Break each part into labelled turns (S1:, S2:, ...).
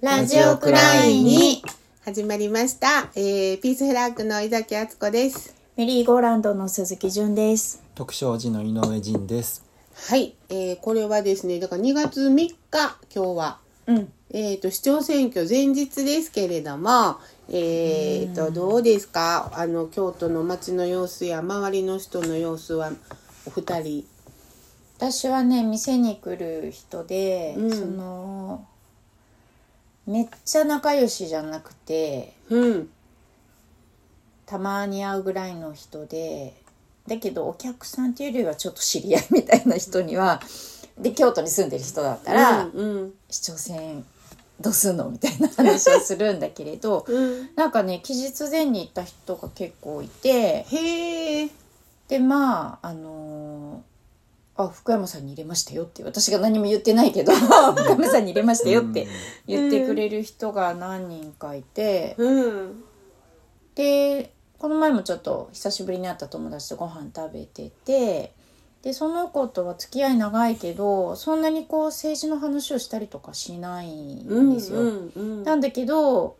S1: ラジオクライに
S2: 始まりました、えーピースフラッグの井崎敦子です
S1: メリーゴーランドの鈴木純です。
S3: 徳勝寺の井上仁です。
S2: はい、えーこれはですねだから2月3日今日は
S1: うん。
S2: えー、と市長選挙前日ですけれども、えー、とどうですかあの京都の街の様子や周りの人の様子はお二人
S1: 私はね、店に来る人で、
S2: うん
S1: その、めっちゃ仲良しじゃなくて、
S2: うん
S1: たまに会うぐらいの人で、だけどお客さんっていうよりはちょっと知り合いみたいな人には、で、京都に住んでる人だったら、
S2: うん
S1: 市長選どうすんのみたいな話をするんだけれど、
S2: うん
S1: なんかね、期日前に行った人が結構いて、
S2: へえ
S1: でまああのーあ福山さんに入れましたよって私が何も言ってないけど福山さんに入れましたよって言ってくれる人が何人かいて、
S2: うん
S1: でこの前もちょっと久しぶりに会った友達とご飯食べててでその子とは付き合い長いけどそんなにこう政治の話をしたりとかしないんですよ。
S2: うんうん
S1: なんだけど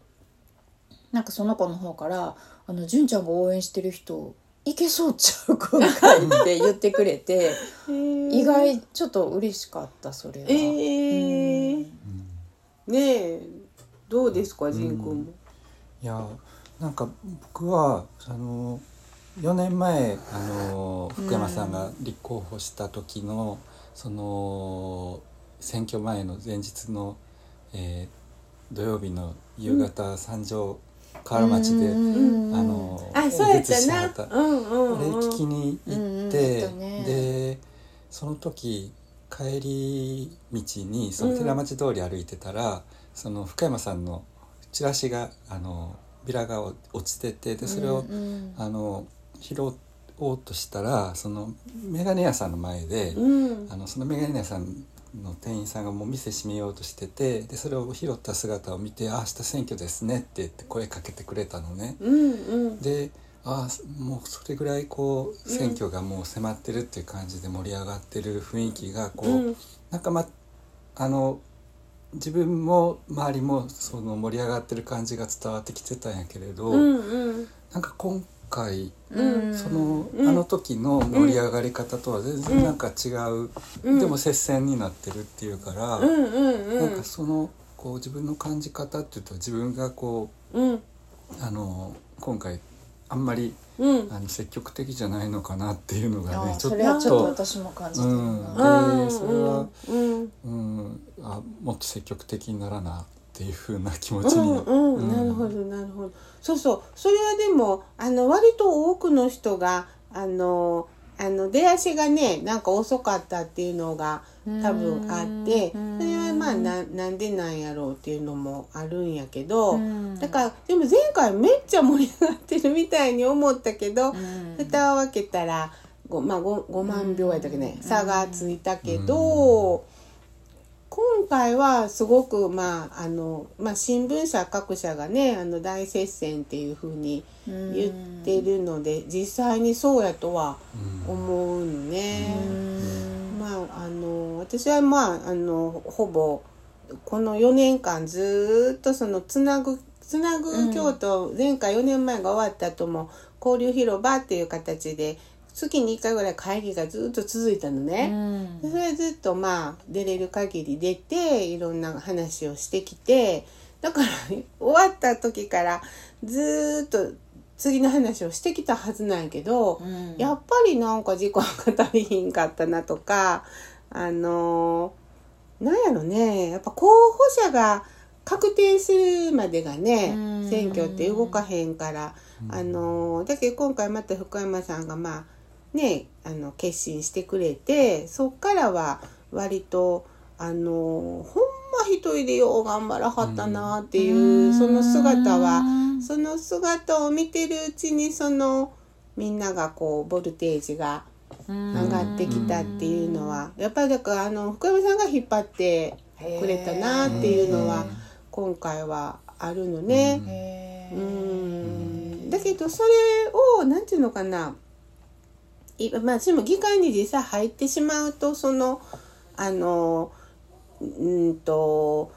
S1: なんかその子の方から「あの純ちゃんが応援してる人いけそうちゃう今回」って言ってくれて
S2: うん
S1: 意外ちょっと嬉しかったそれは。
S2: えーねえどうですか仁君も、
S3: いやなんか僕はあの4年前あの福山さんが立候補した時の、その選挙前の前日の、えー土曜日の夕方三条河原町で、
S1: うん
S3: あの
S2: あそうやっ
S3: 演説し
S2: た
S3: ては
S2: な
S3: った
S2: うんうん
S3: あれ
S2: うん
S3: 聞きに行っ
S1: うんうん行
S3: て、
S1: ったね
S3: でその時帰り道にその寺町通り歩いてたら、その福山さんのチラシがあのビラが落ちててでそれ
S1: う
S3: を、
S1: ん
S3: あの拾おうとしたらその眼鏡屋さんの前で、
S2: うん
S3: あのその眼鏡屋さんの店員さんがもう店閉めようとしててでそれを拾った姿を見て「あ明日選挙ですね」って言って声かけてくれたのね。
S2: うんうん
S3: でああすもうそれぐらいこう選挙がもう迫ってるっていう感じで盛り上がってる雰囲気がこう、
S2: うん
S3: なんかまあの自分も周りもその盛り上がってる感じが伝わってきてたんやけれど、
S2: うんうん
S3: なんか今回
S1: うん
S3: その、
S2: うん
S3: あの時の盛り上がり方とは全然なんか違う、
S2: うん
S3: でも接戦になってるっていうから、
S2: うんうんう
S3: なん
S2: ん
S3: かそのこう自分の感じ方っていうと自分がこ
S2: うん
S3: うあの今回あんまり
S2: うん
S3: あの積極的じゃないのかなっていうのが
S1: あ
S3: ねちょ
S1: そ
S3: っ
S1: れはちょっと
S3: と
S1: 私も感じてるな、
S3: うん
S2: うん
S3: それは
S2: うん
S3: うんあもっと積極的にならなっていうふうな気持ち
S2: う
S3: に
S2: んうん
S3: うん
S2: なるほどなるほどそうそうそれはでもあの割と多くの人があのあの出足がねなんか遅かったっていうのが多分あってそ
S1: うん
S2: れはまあななんでなんやろうっていうのもあるんやけど、
S1: うん
S2: だからでも前回めっちゃ盛り上がってるみたいに思ったけど、
S1: うん
S2: 蓋を開けたら 5,、まあ、5, 万票やったっけね、差がついたけど、今回はすごく、まああのまあ、新聞社各社がねあの大接戦っていうふうに言ってるので、実際にそうやとは思うのね。まあ、あの私は、まあ、あのほぼこの4年間ずっとそのつなぐつなぐ京都、前回4年前が終わった後も交流広場っていう形で月に1回ぐらい会議がずっと続いたの
S1: う
S2: ね。
S1: ん
S2: でそれずっとまあ出れる限り出ていろんな話をしてきてだから終わった時からずっと次の話をしてきたはずなんやけど、
S1: うん
S2: やっぱりなんか時間が足りひんかったなとか、あのーなんやろね、やっぱ候補者が確定するまでがね
S1: う、ん
S2: 選挙って動かへんから、あのーだけど今回また福山さんがまあ、ね、あの、決心してくれて、そっからは割と、あのーほんま一人でよう頑張らはったなっていう、その姿は、その姿を見てるうちにそのみんながこうボルテージが
S1: 上
S2: 上がってきたっていうのはやっぱりだからあの福山さんが引っ張ってくれたなっていうのは今回はあるのね。
S1: へ
S2: う
S1: ー
S2: んだけどそれをなんていうのかないまあ私も議会に実際入ってしまうとそのあのうんと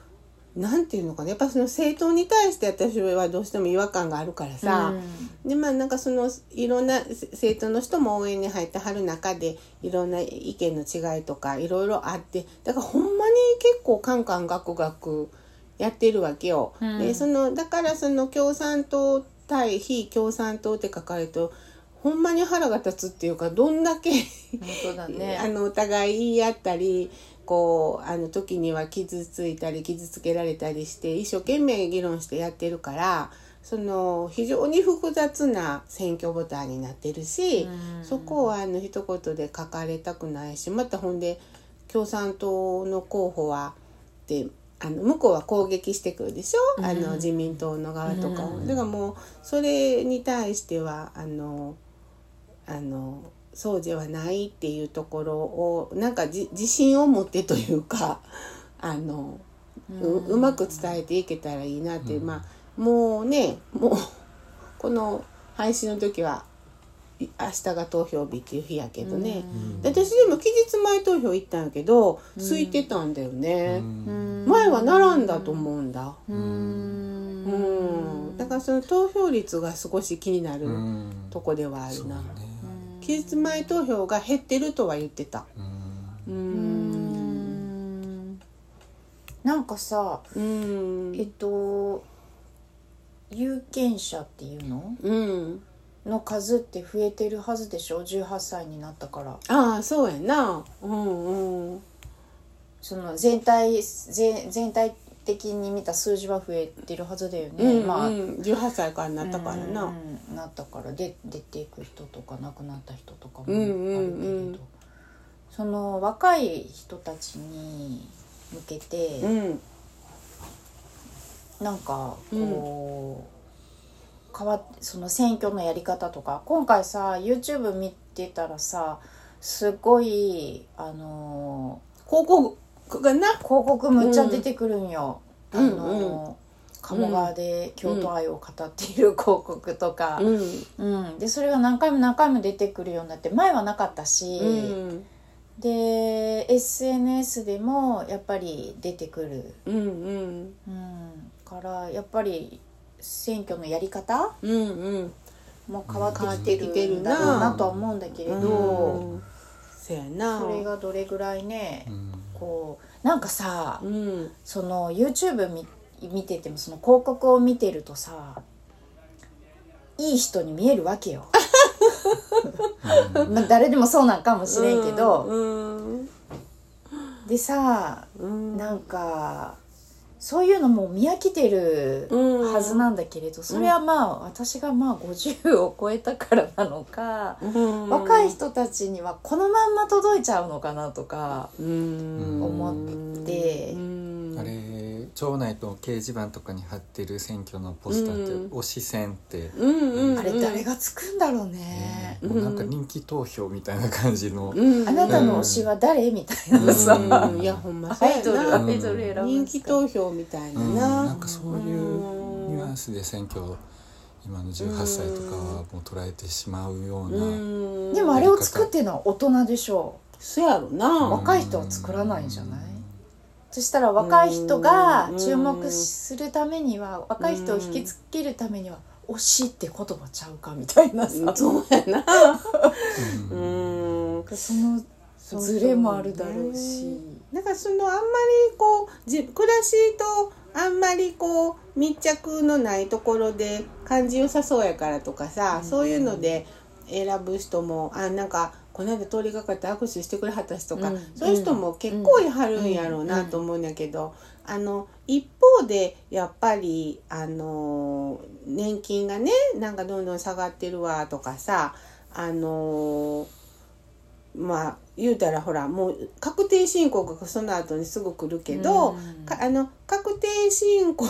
S2: なんていうのかなやっぱその政党に対して私はどうしても違和感があるからさ、でまあなんかそのいろんなせ政党の人も応援に入ってはる中でいろんな意見の違いとかいろいろあってだからほんまに結構カンカンガクガクやってるわけよ。
S1: うん
S2: でそのだからその共産党対非共産党って書かれるとほんまに腹が立つっていうかどんだけ
S1: 本当だね
S2: あのお互い言い合ったりこうあの時には傷ついたり傷つけられたりして一生懸命議論してやってるからその非常に複雑な選挙ボタンになってるし、
S1: うん
S2: そこはあの一言で書かれたくないしまたほんで共産党の候補はであの向こうは攻撃してくるでしょ、あの自民党の側とかを、だからもうそれに対してはあのあのそうではないっていうところをなんかじ自信を持ってというかあのううまく伝えていけたらいいなっていう、まあもうねもうこの配信の時はい明日が投票日っていう日やけどね、
S3: ん
S2: で私でも期日前投票行ったんやけど空いてたんだよ
S3: う
S2: ね、
S3: ん
S2: 前は並んだと思うんだ、
S1: う
S2: うんんだからその投票率が少し気になる
S3: うん
S2: とこではある
S3: そう
S2: な、
S3: ね
S2: 期日前投票が減ってるとは言ってた
S3: うん
S2: う
S1: うんなんかさ
S2: うん
S1: えっと有権者っていうの
S2: うん
S1: の数って増えてるはずでしょ18歳になったから
S2: ああそうやなうんうん
S1: その全体全全体的に見た数字は増えてるはずだよね、
S2: うん、
S1: まあ、
S2: うん、18歳からなったからな、
S1: うんなったからで出ていく人とか亡くなった人とかもある
S2: う
S1: けれど、
S2: んうんうん
S1: その若い人たちに向けて、
S2: うん
S1: なんかこう、変わっその選挙のやり方とか今回さ YouTube 見てたらさすごいあの
S2: 広告がな
S1: ー広告むっちゃ出てくるんよ。
S2: うん
S1: あのー鴨川で京都愛を語っている広告とか、
S2: うん
S1: うん、でそれが何回も何回も出てくるようになって前はなかったし、
S2: うん
S1: で SNS でもやっぱり出てくる、
S2: うんうん
S1: うん、からやっぱり選挙のやり方
S2: うんうん
S1: も変わってき
S2: う
S1: て
S2: ん変わってきて
S1: る
S2: る
S1: ん
S2: な
S1: だろうなとは思うんだけれど、
S2: うんそやな
S1: それがどれぐらいね
S3: うん
S1: こうなんかさ、
S2: うん
S1: その YouTube 見見ててもその広告を見てるとさいい人に見えるわけよ。 まあ誰でもそうなんかもしれんけど、
S2: うん
S1: でさ
S2: うん
S1: なんかそういうのも見飽きてる
S2: うん
S1: はずなんだけれど、それはまあ私がまあ50を超えたからなのか、
S2: うん
S1: 若い人たちにはこのまんま届いちゃうのかなとか
S2: うん
S1: 思って
S2: うん
S3: あれ町内と掲示板とかに貼ってる選挙のポスターって
S2: うん
S3: 推し選って、
S2: うんうん
S1: あれ誰がつくんだろうね。
S3: もうなんか人気投票みたいな感じの、
S2: うん
S1: あなたの推しは誰みたいなさ、
S2: うんいやほんまそう
S1: アイ
S2: や
S1: ドル
S2: な
S1: アイドル選ぶ
S2: 人気投票みたいな
S3: うん
S2: な
S3: なんかそういうニュアンスで選挙を今の18歳とかはもう捉えてしまうような、
S2: うん
S1: でもあれを作ってるのは大人でしょ
S2: そやろ
S1: う
S2: な
S1: 若い人は作らないんじゃない、そしたら若い人が注目するためには若い人を引きつけるためには推しって言葉ちゃうかみたいなさ
S2: そうやな
S3: うん
S2: うん
S1: そのズレもあるだろうし
S2: なんかそのあんまりこうじ暮らしとあんまりこう密着のないところで感じ良さそうやからとかさ、そういうので選ぶ人もあなんかこの間通りがかって握手してくれはったしとか、
S1: うん
S2: そういう人も結構いはるんやろうなと思うんやけど、あの一方でやっぱりあの年金がねなんかどんどん下がってるわとかさあのまあ言うたらほらもう確定申告がその後にすぐ来るけど、
S1: うん
S2: かあの確定申告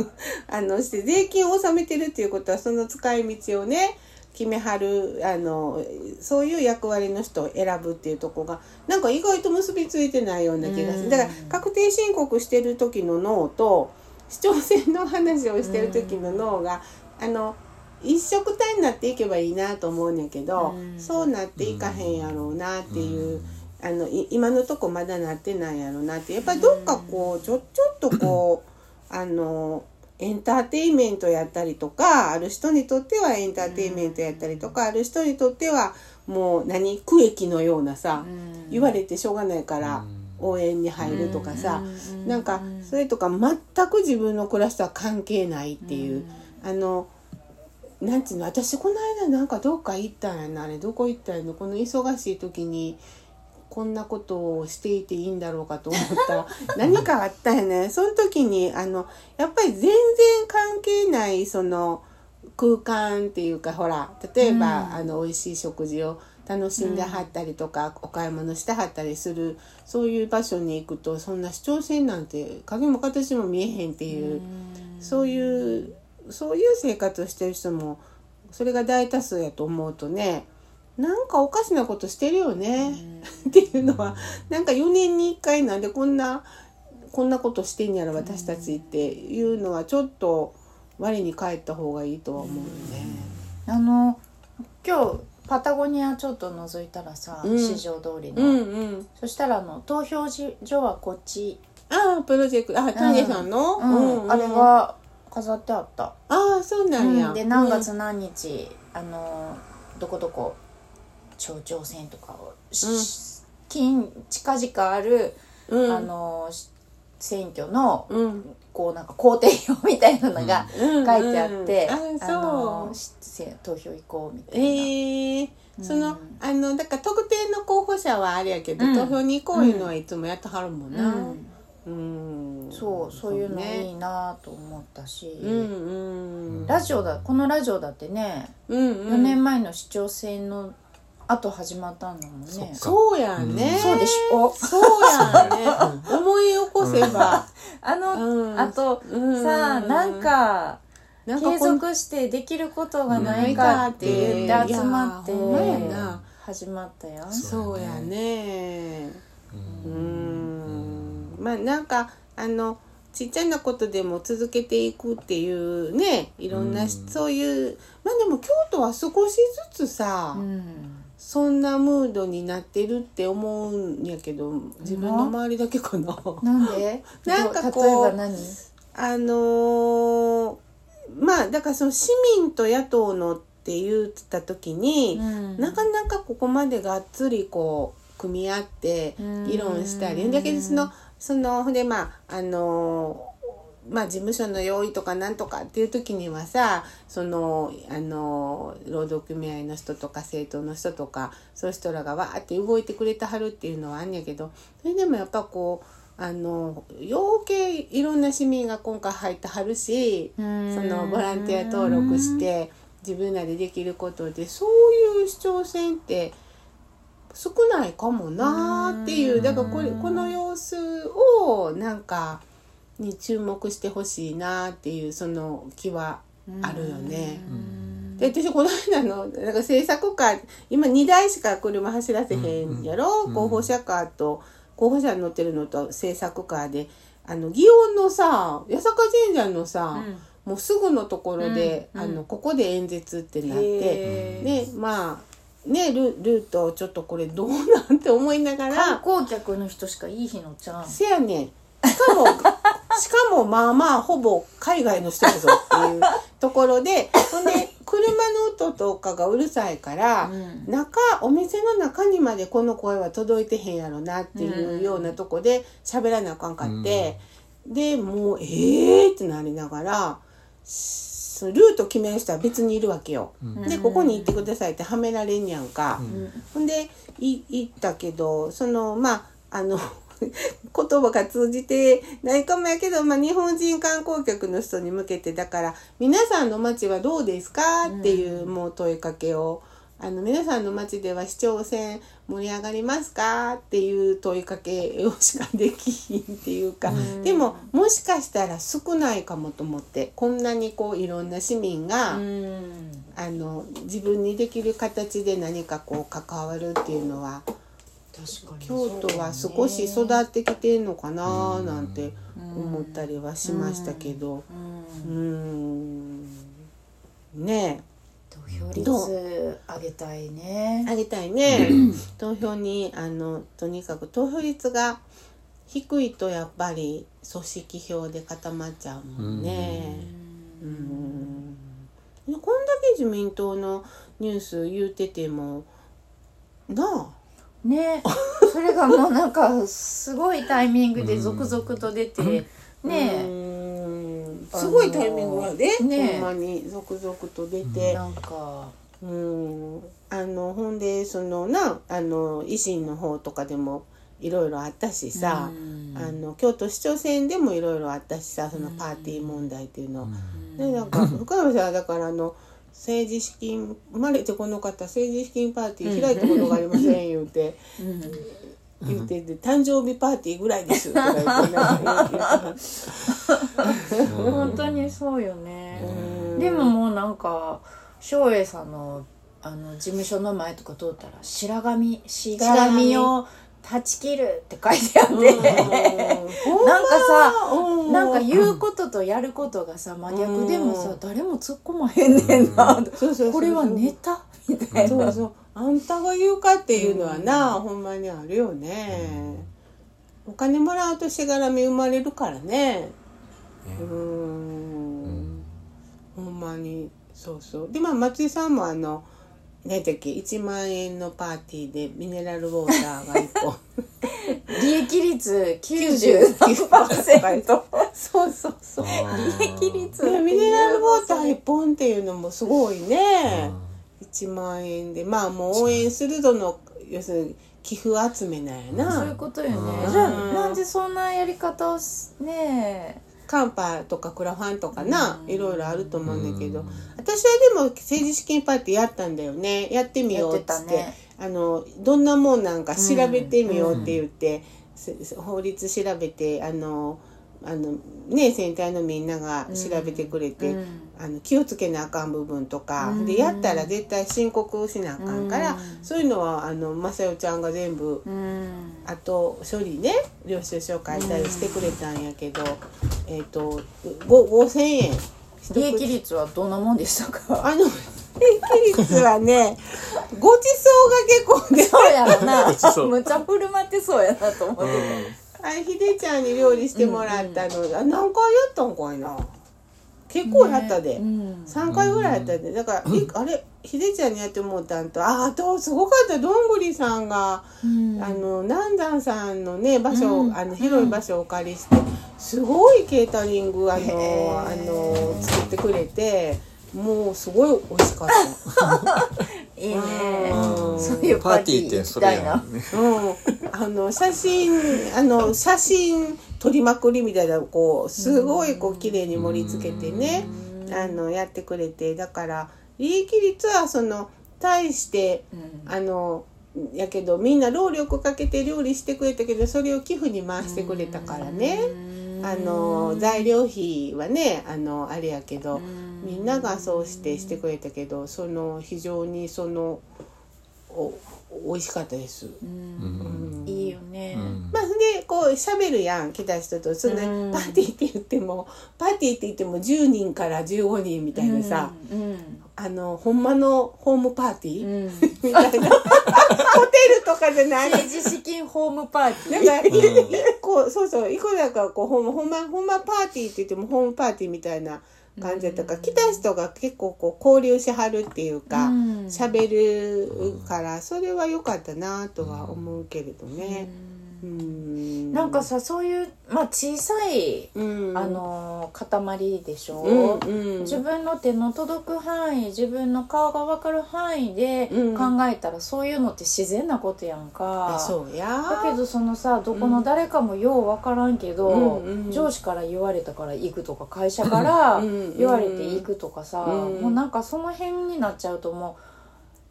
S2: あのして税金を納めてるっていうことはその使い道をね決めはるあのそういう役割の人を選ぶっていうとこがなんか意外と結びついてないような気がす
S1: うん
S2: るだから確定申告してる時の脳と市長選の話をしてる時の脳があの一色体になっていけばいいなと思うんやけど、
S1: うん
S2: そうなっていかへんやろうなっていう、あのい今のとこまだなってないやろうなってやっぱりどっかこうちょちょっとこうあのエンターテインメントやったりとかある人にとってはエンターテインメントやったりとか、ある人にとってはもう何区域のようなさ、
S1: うん
S2: 言われてしょうがないから
S3: うん
S2: 応援に入るとかさ、
S1: う
S2: なんかそれとか全く自分の暮らしとは関係ないっていう、あのなんていうの私この間なんかどっか行ったんやなあれどこ行ったんやのこの忙しい時にこんなことをしていていいんだろうかと思った 何かあったよねその時にあのやっぱり全然関係ないその空間っていうかほら例えば、
S1: うん
S2: あの美味しい食事を楽しんではったりとか、お買い物してはったりするそういう場所に行くとそんな主張線なんて影も形も見えへんっていう。そういうそういう生活をしてる人もそれが大多数やと思うとねなんかおかしなことしてるよね、っていうのはなんか4年に1回なんでこんなこんなことしてんやろ私たちっていうのはちょっと我に返った方がいいとは思うよね。
S1: あの今日パタゴニアちょっと覗いたらさ、
S2: うん
S1: 市場通りの、
S2: うんうん、
S1: そしたらあの投票所はこっち、
S2: ああプロジェクトあタンゲさんの、
S1: うんあれが飾ってあった、
S2: ああそうなんや。
S1: うんで何月何日、あのどこどこ頂上線とかを、し近近々ある、
S2: うん、
S1: あのし選挙の
S2: うん、
S1: こうなんか工程表みたいなのが
S2: 書
S1: 書いてあって、
S2: ああそう、
S1: のしせ投票行こうみたいな。
S2: ええ
S1: うん
S2: そのあのだから特定の候補者はあれやけど、
S1: うん
S2: 投票に行こういうのはいつもやってはるもん
S1: う
S2: な、
S1: ん
S2: うん
S1: そうそういうのいい
S2: ね
S1: なと思ったし、
S2: うんうん
S1: ラジオだこのラジオだってね、
S2: うんう
S1: 4
S2: ん
S1: 年前の市長選の後始まったんだもんね
S3: そっか
S2: そうやんね、
S3: うん
S1: そうでしょ
S2: そうやんね 思い起こせば、
S1: あの、
S2: うん、
S1: あと、
S2: うん
S1: さあなんか
S2: なんか
S1: 継
S2: こん
S1: 続してできることがないかって言って集まって
S2: いやほんまやな
S1: 始まったよ。
S2: そうやね
S3: う
S2: うんんまあなんかあのちっちゃなことでも続けていくっていうねいろんなし、
S3: うん
S2: そういうまあでも京都は少しずつさ、
S1: うん
S2: そんなムードになってるって思うんやけど自分の周りだけかな。
S1: なんで
S2: なんかこう
S1: 例えば何
S2: あのーまあだからその市民と野党のって言った時に、なかなかここまでがっつりこう組み合って
S1: うん
S2: 議論したり、だけどそのそのほんでまああのまあ事務所の用意とかなんとかっていう時にはさそのあの労働組合の人とか政党の人とかそういう人らがわーって動いてくれてはるっていうのはあんやけどそれでもやっぱこうあの養鶏いろんな市民が今回入ってはるし
S1: そ
S2: そのボランティア登録して自分らでできることでそういう市長選って少ないかもなーっていううんだからこれこの様子をなんかに注目してほしいなーっていうその気はあるよね。
S1: うん
S2: で私この間のなんか政策カー今2台しか車走らせへんやろ、
S3: うんうん
S2: 候補者カーと候補者に乗ってるのと政策カーであの祇園のさ八坂神社のさ、
S1: うん
S2: もうすぐのところで、
S1: うん
S2: あ
S1: う
S2: の
S1: ん
S2: ここで演説ってなって
S1: へー
S2: でまあねルルートをちょっとこれどうなんて思いなが
S1: 観
S2: ら
S1: 光客の人しかいい日のちゃん
S2: せやねんしかも しかもまあまあほぼ海外の人やぞっていうところでほんで車の音とかがうるさいから。
S1: うん
S2: 中お店の中にまでこの声は届いてへんやろなっていうようなとこで喋らなあかんかって、でもうええー、ってなりながらしそのルート決める人は別にいるわけよ。
S3: うん
S2: でここに行ってくださいってはめられんやんか。ほんでい行ったけどそのまああの 言葉が通じてないかもやけど、まあ、日本人観光客の人に向けてだから「皆さんの街はどうですか?」っていうもう問いかけを。あの皆さんの街では市長選盛り上がりますかっていう問いかけをしかできひんっていうか、
S1: うん
S2: でももしかしたら少ないかもと思ってこんなにこういろんな市民が、
S1: うん
S2: あの自分にできる形で何かこう関わるっていうのは
S1: 確かに
S2: 京都は少し育
S1: っ
S2: ってきてんのかななんて思った
S1: り
S2: りはしましたけどうーんね
S1: 投票率上げたい
S2: え
S1: ね
S2: あげたいね投票にあのとにかく投票率が低いとやっぱり組織票で固まっちゃうもんね。うんこんだけ自民党のニュース言うててもな
S1: ねそれがもうなんかすごいタイミングで続々と出て、
S2: あ
S1: ね
S2: うんすごいタイミングはね
S1: あのね
S2: ほんまに続々と出
S1: え
S2: て
S1: な、んか
S2: うん、あのほんでそのなあの維新の方とかでもいろいろあったしさ、
S1: うん
S2: あの京都市長選でもいろいろあったしさそのパーティー問題っていうの、
S1: うん
S2: でなん か深山さんはだからあの政治資金生まれてこの方政治資金パーティー開いたことがありま せん言うて
S1: うん
S2: 言うてで誕生日パーティーぐらいですとか言ってなんか
S1: 本当にそうよね、
S2: うん
S1: でももうなんか照英さんのあの事務所の前とか通ったら「白髪しがらみを断ち切る」って書いて あって、
S2: 言って たうん
S1: なんかさ
S2: う
S1: なんか言うこととやることがさ真逆でもさ、
S2: うん
S1: 誰も突っ込まへんねんな、
S3: う
S2: そうそうそうそう
S1: これはネタみたいな
S2: そうそうあんたが言うかっていうのはな、ほんまにあるよね、お金もらうとしがらみ生まれるからねう
S3: ね
S2: ん
S3: うん
S2: ほんまにそうそうでまあ松井さんもあの何だっけ1万円のパーティーでミネラルウォーターが1本
S1: 利益率99%
S2: そうそうそう
S3: あー
S1: 利益率
S2: でミネラルウォーター1本っていうのもすごいね
S3: うん
S2: 1万円でまあもう応援するぞの要するに寄付集めなんや
S1: そういう
S2: な
S1: ことよね、
S3: うん
S1: じゃあなんでそんなやり方をすね
S2: カンパとかクラファンとかな
S1: うん
S2: いろいろあると思うんだけ
S3: う
S2: ど
S3: ん
S2: 私はでも政治資金パーティーやったんだよねやってみ
S1: や
S2: よ
S1: っ
S2: うってつ
S1: た
S2: って
S1: ね
S2: あのどんなもんなんか調べてみようって言って、せ法律調べてあのあの、ね、全体のみんなが調べてくれて、
S1: うん
S2: あの気をつけなあかん部分とか、
S1: うん
S2: でやったら絶対申告をしなあかんから、
S1: うん
S2: そういうのはあの正代ちゃんが全部
S1: うん
S2: あと処理ね領収書書いたりしてくれたんやけど、えっ、とご5,000円。
S1: 利益率はどんなもんでしたか
S2: あの利益率はねごちそうが結構ね
S1: そうやろな
S3: そう
S1: むちゃ振る舞ってそうやなと思って、
S2: あれひでちゃんに料理してもらったの、あ何回やったんかいな結構やったで、
S1: うん
S2: 三3回ぐらいやったでだから、いあれひでちゃんにやってもうたんとああとすごかったどんぐりさんが、
S1: うん
S2: あの南山さんのね場所、
S1: うん
S2: あの広い場所をお借りしてすごいケータリングあの
S1: へー
S2: あの作ってくれてもうすごい美味しかった。
S1: いいね
S2: うん
S1: そういうパ
S3: パー
S1: ー
S3: テ
S1: ティー
S3: ィーっ
S1: ってて
S3: そ
S1: そ
S3: れ
S1: れ
S3: や
S1: や
S3: んね。
S2: うん、あの写真あの写真撮りまくりみたいなこうすごいこう綺麗に盛り付けてねあのやってくれてだから利益率はその対して
S1: うん
S2: あのやけどみんな労力かけて料理してくれたけどそれを寄付に回してくれたからねあの材料費はねあのあれやけどみんながそうしてしてくれたけどその非常にそのお美味しかったです。
S1: うんいいよね、
S2: まあ、でこう喋るやん来た人とそんな
S1: うん
S2: パーティーって言ってもパーティーって言っても10人から15人みたいなさ、
S1: うん
S2: あのほんまのホームパーティー、
S1: うん
S2: みたいなホテルとかじゃないなんか
S1: 政治資金ホームパーティー
S2: 一
S3: うん
S2: 個そう そう一個だからこうほんまほんまほんまパーティーって言ってもホームパーティーみたいな感じだったから、来た人が結構こう交流しはるっていうか
S1: うん
S2: 喋、るからそれは良かったなとは思うけれどね。うん
S1: なんかさそういう、まあ、小さい、
S2: うん、
S1: あのー塊でしょ、
S2: うんうん、
S1: 自分の手の届く範囲自分の顔が分かる範囲で考
S2: うん
S1: えたら、そういうのって自然なことやん
S2: あ
S1: か。
S2: そうや
S1: だけどそのさどこの誰かもよう分からんけど、
S2: うんうん
S1: 上司から言われたから行くとか会社から
S2: うんうん
S1: 言われて行くとかさ、
S2: うん
S1: もうなんかその辺になっちゃうともう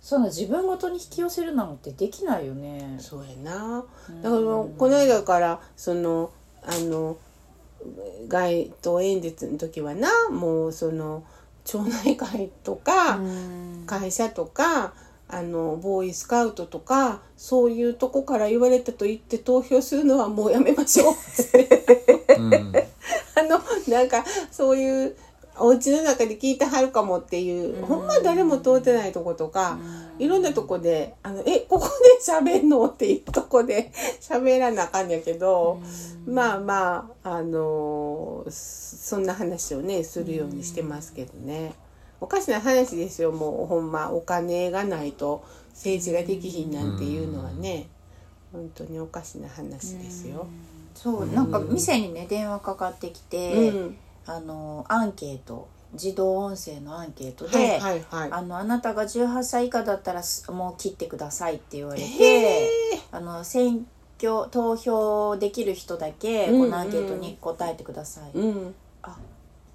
S1: その自分ごとに引き寄せるなんてできないよね。
S2: そうやな
S1: うん
S2: だからもうこの間からそのあの街頭演説の時はなもうその町内会とか、
S1: うん
S2: 会社とかあのボーイスカウトとかそういうとこから言われたと言って投票するのはもうやめましょうあのなんかそういうお家の中で聞いてはるかもっていう、
S1: うん
S2: ほんま誰も通ってないとことか、いろんなとこで「あのえここで喋んの?」っていうとこで 喋らなあかんやけど、まあまああのーそそんな話をねするようにしてますけどね。おかしな話ですよもうほんまお金がないと政治ができひんなんていうのはね、本当におかしな話ですよ。
S1: そうなんか店にね電話かかってきて、
S2: うん、
S1: あのアンケート自動音声のアンケートで、
S2: はいはいはい。
S1: あのあなたが18歳以下だったらすもう切ってくださいって言われ
S2: へ
S1: てあの選挙投票できる人だけ
S2: うんうん
S1: このアンケートに答えてください、
S2: うん。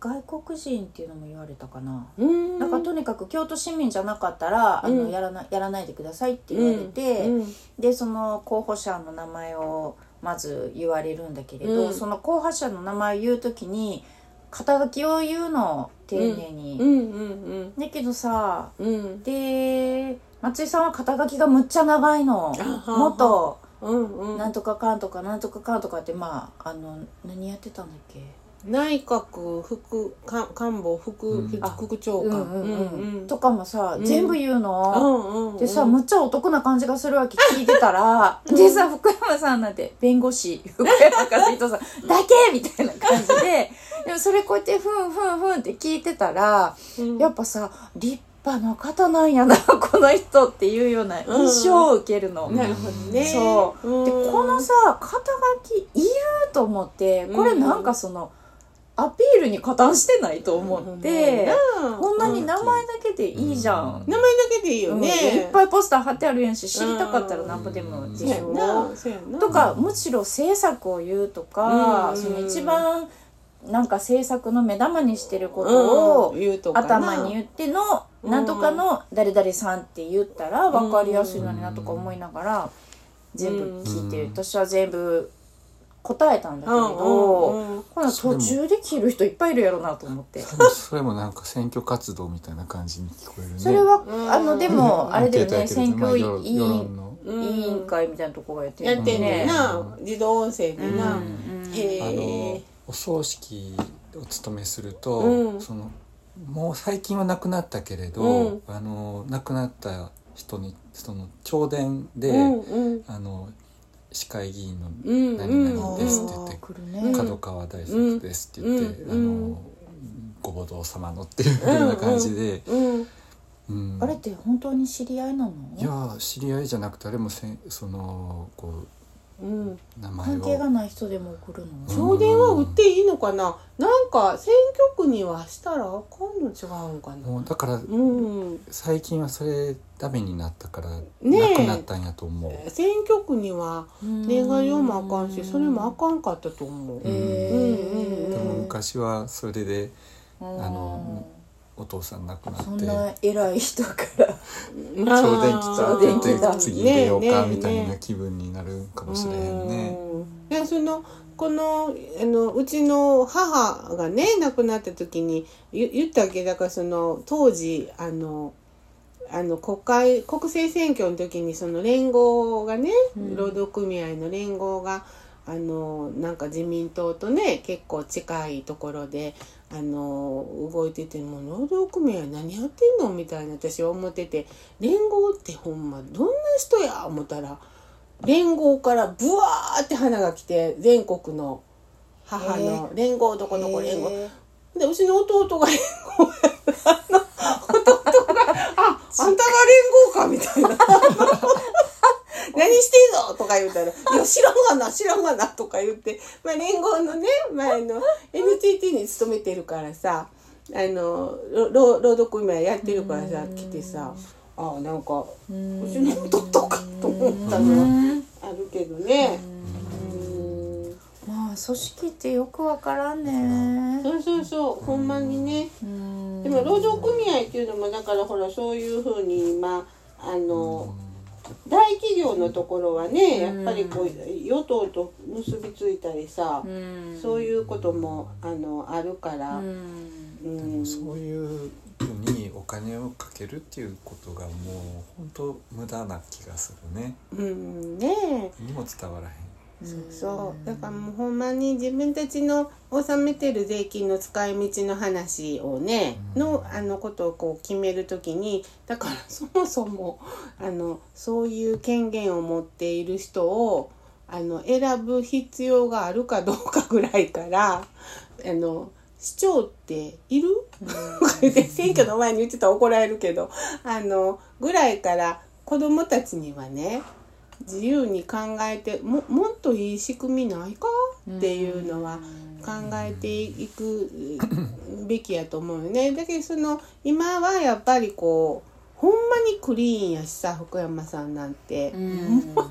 S1: 外国人っていうのも言われたかな、
S2: うん。
S1: なんかとにかく京都市民じゃなかったらあの、
S2: うん
S1: やらなやらないでくださいって言われて、
S2: うんうん
S1: でその候補者の名前をまず言われるんだけれど、
S2: うん
S1: その候補者の名前を言う時に肩書きを言うの丁寧に、
S2: うんうん
S1: だけどさ
S2: うんうん
S1: で松井さんは肩書きがむっちゃ長いの
S2: あはあ
S1: 元
S2: うんうん
S1: なんとかかんとかなんとかかんとかってまああの何やってたんだっけ
S2: 内閣副官官房副
S3: うん
S2: 副副長
S1: う
S2: 官
S1: んうんうん
S2: と
S1: とかもさ、
S2: うん
S1: 全部言う
S2: う
S1: の、
S2: んうんうん
S1: でさむっちゃお得な感じがするわけ聞いてた ら、でさ福山さんなんて弁護士福山和人さんだけみたいな感じででもそれこうやってふんふんふんって聞いてたら
S2: うん
S1: やっぱさ立派な方なんやな この人っていうような印象を受けるの。
S2: なるほどね
S1: そう
S2: うん
S1: でこのさ肩書きいると思ってこれなんかその、アピールに加担してないと思って、
S2: うん
S1: こんなに名前だけでいいじゃん、
S2: 名前だけでいいよね
S1: うんいっぱいポスター貼ってあるやんし知りたかったらなんぼでも
S3: うん
S1: で
S2: そう
S1: し
S2: や
S1: ょ、
S2: なそうやな
S1: とかむしろ制作を言うとか、
S2: うん
S1: その一番なんか制作の目玉にしてることを、
S2: うん言うとかな
S1: 頭に言っての、
S2: うん
S1: なんとかの誰々さんって言ったら分かりやすいのになとか思いながら全部聞いて、
S3: うん
S1: 私は全部答えたんだけ
S2: う
S1: れ
S2: ん
S1: ど、
S2: うんうん
S1: ほら途中で切る人いっぱいいるやろなと思って。
S3: でもそれもなんか選挙活動みたいな感じに聞こえるね
S1: それは、
S2: うん
S1: あのでもあれだよ ね選挙委
S3: 委員
S1: 員
S3: の
S2: うん
S1: 委員会みたいなとこがやって
S2: や
S1: も
S2: っ
S1: ん
S2: てんねん
S1: ね。
S2: な自動音声
S1: う
S2: で
S1: ん
S2: な
S1: うん
S2: へ
S3: あ
S2: え
S3: のお葬式を務めすると、
S2: うん
S3: そのもう最近は亡くなったけれど、
S2: うん
S3: あの亡くなった人にその弔電で、
S2: うんうん
S3: あの市会議員の
S2: うん
S3: 何
S2: うん
S3: 々ですって言って
S1: 来る
S2: うん
S1: ね。
S3: 角川大作ですって言って、
S2: うん
S3: あの、
S2: うん
S3: ご母堂様のっていうような感じで、
S2: うん
S3: うん
S1: あれって本当に知り合いなの？
S3: いや知り合いじゃなくてあれもせんそのこ
S2: うん
S3: う名前
S1: 関係が
S3: を
S1: ない人でも送るの？
S3: うん
S2: 送電は売っていいのかななんか選挙区にはしたらあかんの違うんかな
S3: もうだから
S2: うん
S3: 最近はそれダメになったからな
S2: え
S3: くなったんやと思う、
S2: 選挙区には年賀状もあかんしそれもあかんかったと思う
S1: へえ
S2: うん
S3: でも
S2: うん
S3: 昔はそれで
S1: うん
S3: あのお父さん亡くな
S1: そ
S3: っ
S1: ん
S3: て
S1: な偉い人から。
S2: ちょう
S3: ちょうど来た
S1: ちょうど
S3: っ
S1: 行
S3: て
S1: きた
S3: 言って次入れようかみたい
S2: ねえねえね
S3: な
S2: え
S3: 気分になるかもしれへんね。
S2: うんでそのこのあのうちの母がね亡くなった時にゆ言ったわけだからその当時あのあの国会国政選挙の時にその連合がね、
S1: うん
S2: 労働組合の連合があのなんか自民党とね結構近いところであの動いててもう労働組合何やってんのみたいな私は思ってて連合ってほんまどんな人や思ったら連合からブワーって花が来て全国の母の連合どこどこ連合
S1: へえ
S2: でうちの弟が連合やあの弟が「ああんたが連合か」みたいな 「何してんの?」とか言うたら「いや知らんがな知らんがな」とか言って、まあ、連合のね前の NTT に勤めてるからさあのろ労労働組合やってるからさ来てさあなんか
S1: う
S2: うんちの弟かと思ったのはあるけどね。うん
S1: まあ組織ってよくわからんね。
S2: そうそうそうほんまにね
S1: うん
S2: でも労働組合っていうのもだからほらそういうふうに今あの大企業のところはねやっぱりこう与党と結びついたりさ
S1: うん
S2: そういうこともあのあるから
S1: うん
S2: うん
S3: そういうのにお金をかけるっていうことがもう本当無駄な気がするね。
S2: うんねえ
S3: にも伝わらへん。
S2: そうそうだからもうほんまに自分たちの納めてる税金の使い道の話をね、
S3: うん
S2: のあのことをこう決めるときにだからそもそもあのそういう権限を持っている人をあの選ぶ必要があるかどうかぐらいからあの市長っているとか言って選挙の前に言ってたら怒られるけどあのぐらいから子供たちにはね自由に考えてももっといい仕組みないかっていうのは考えていくべきやと思うよね。だけどその今はやっぱりこうほんまにクリーンやしさ福山さんなんて、
S1: うん
S2: ほんま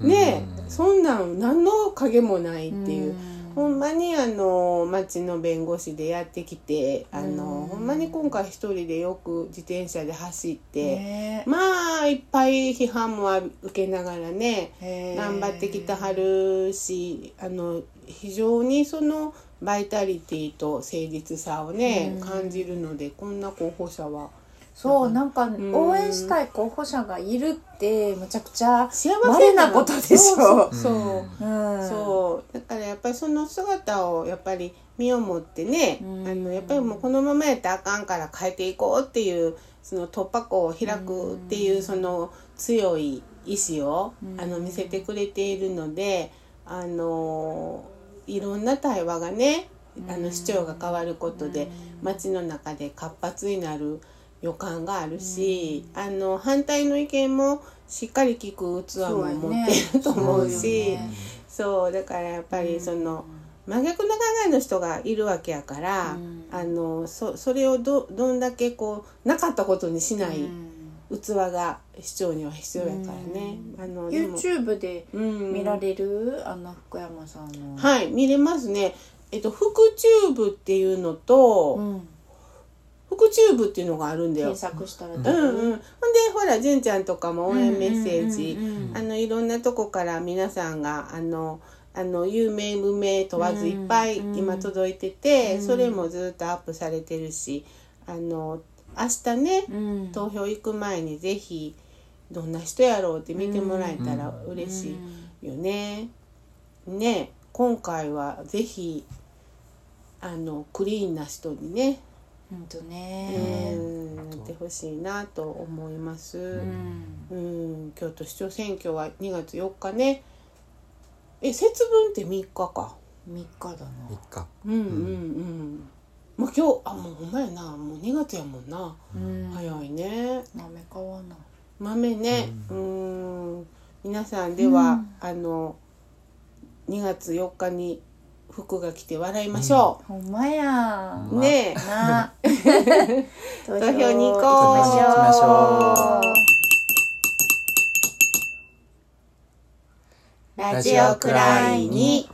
S2: にね、
S3: うん
S2: そんなん何の影もないっていう。ほ
S1: うん
S2: んまにあの町の弁護士でやってきてあの、
S1: うん
S2: ほんまに今回一人でよく自転車で走って、
S1: ね
S2: まあいっぱい批判もあ受けながらね
S1: へー
S2: 頑張ってきたはるしあの非常にそのバイタリティと誠実さをね、
S1: うん
S2: 感じるのでこんな候補者は
S1: そうなんか
S2: ん
S1: 応援したい候補者がいるってむちゃくちゃ
S2: 幸
S1: 我
S2: せ
S1: なことでしょ
S2: そうそうそう
S1: うん
S2: そうだからやっぱりその姿をやっぱり身をもってね、
S1: うん
S2: あのやっぱりもうこのままやったらあかんから変えていこうっていうその突破口を開くっていう、その強い意志を、あの見せてくれているのであのいろんな対話がねあの市長が変わることで、街の中で活発になる予感があるし、あの反対の意見もしっかり聞く器も持ってると思うし。
S1: そうよね
S2: そうだからやっぱりその、真逆な考えの人がいるわけやから、
S1: うん
S2: あのそそれをどどんだけこうなかったことにしない器が市長には必要やからね。あのでも
S1: YouTube で
S2: うん
S1: 見られるあの福山さんの
S2: はい見れますね。えっと、福チューブっていうのと、
S1: うん
S2: 福チューブっていうのがあるんだよ
S1: 検。索したら
S2: うんうん。ほんで、ほら、純ちゃんとかも応援メッセージ
S1: うんうんうんうん
S2: あのいろんなとこから皆さんがあのあの有名無名問わずいっぱい
S1: うん
S2: 今届いてて、
S1: うん
S2: それもずっとアップされてるしあの明日ね、
S1: うん
S2: 投票行く前にぜひどんな人やろうって見てもらえたら嬉しいよね。ね今回はぜひあのクリーンな人にね、
S1: ほんと
S2: う
S1: ね
S2: ん、なってほしいなと思います。
S1: うん
S2: うん、京都市長選挙は2月4日ね。え、節分って3日か。
S1: 3日だな
S3: 3日
S2: うんうんうん。もう今日、あ、もうほんまやな。もう2月やもんな。
S1: うん
S2: 早いね。
S1: なめかわな
S2: 豆ね。うん。皆さんでは、あの、2月4日に服が着て笑いましょ
S1: ほんまや
S2: う。ねえ。
S1: な投
S2: 投票に行こう。
S3: 行きましょう
S2: ラジオくらいに。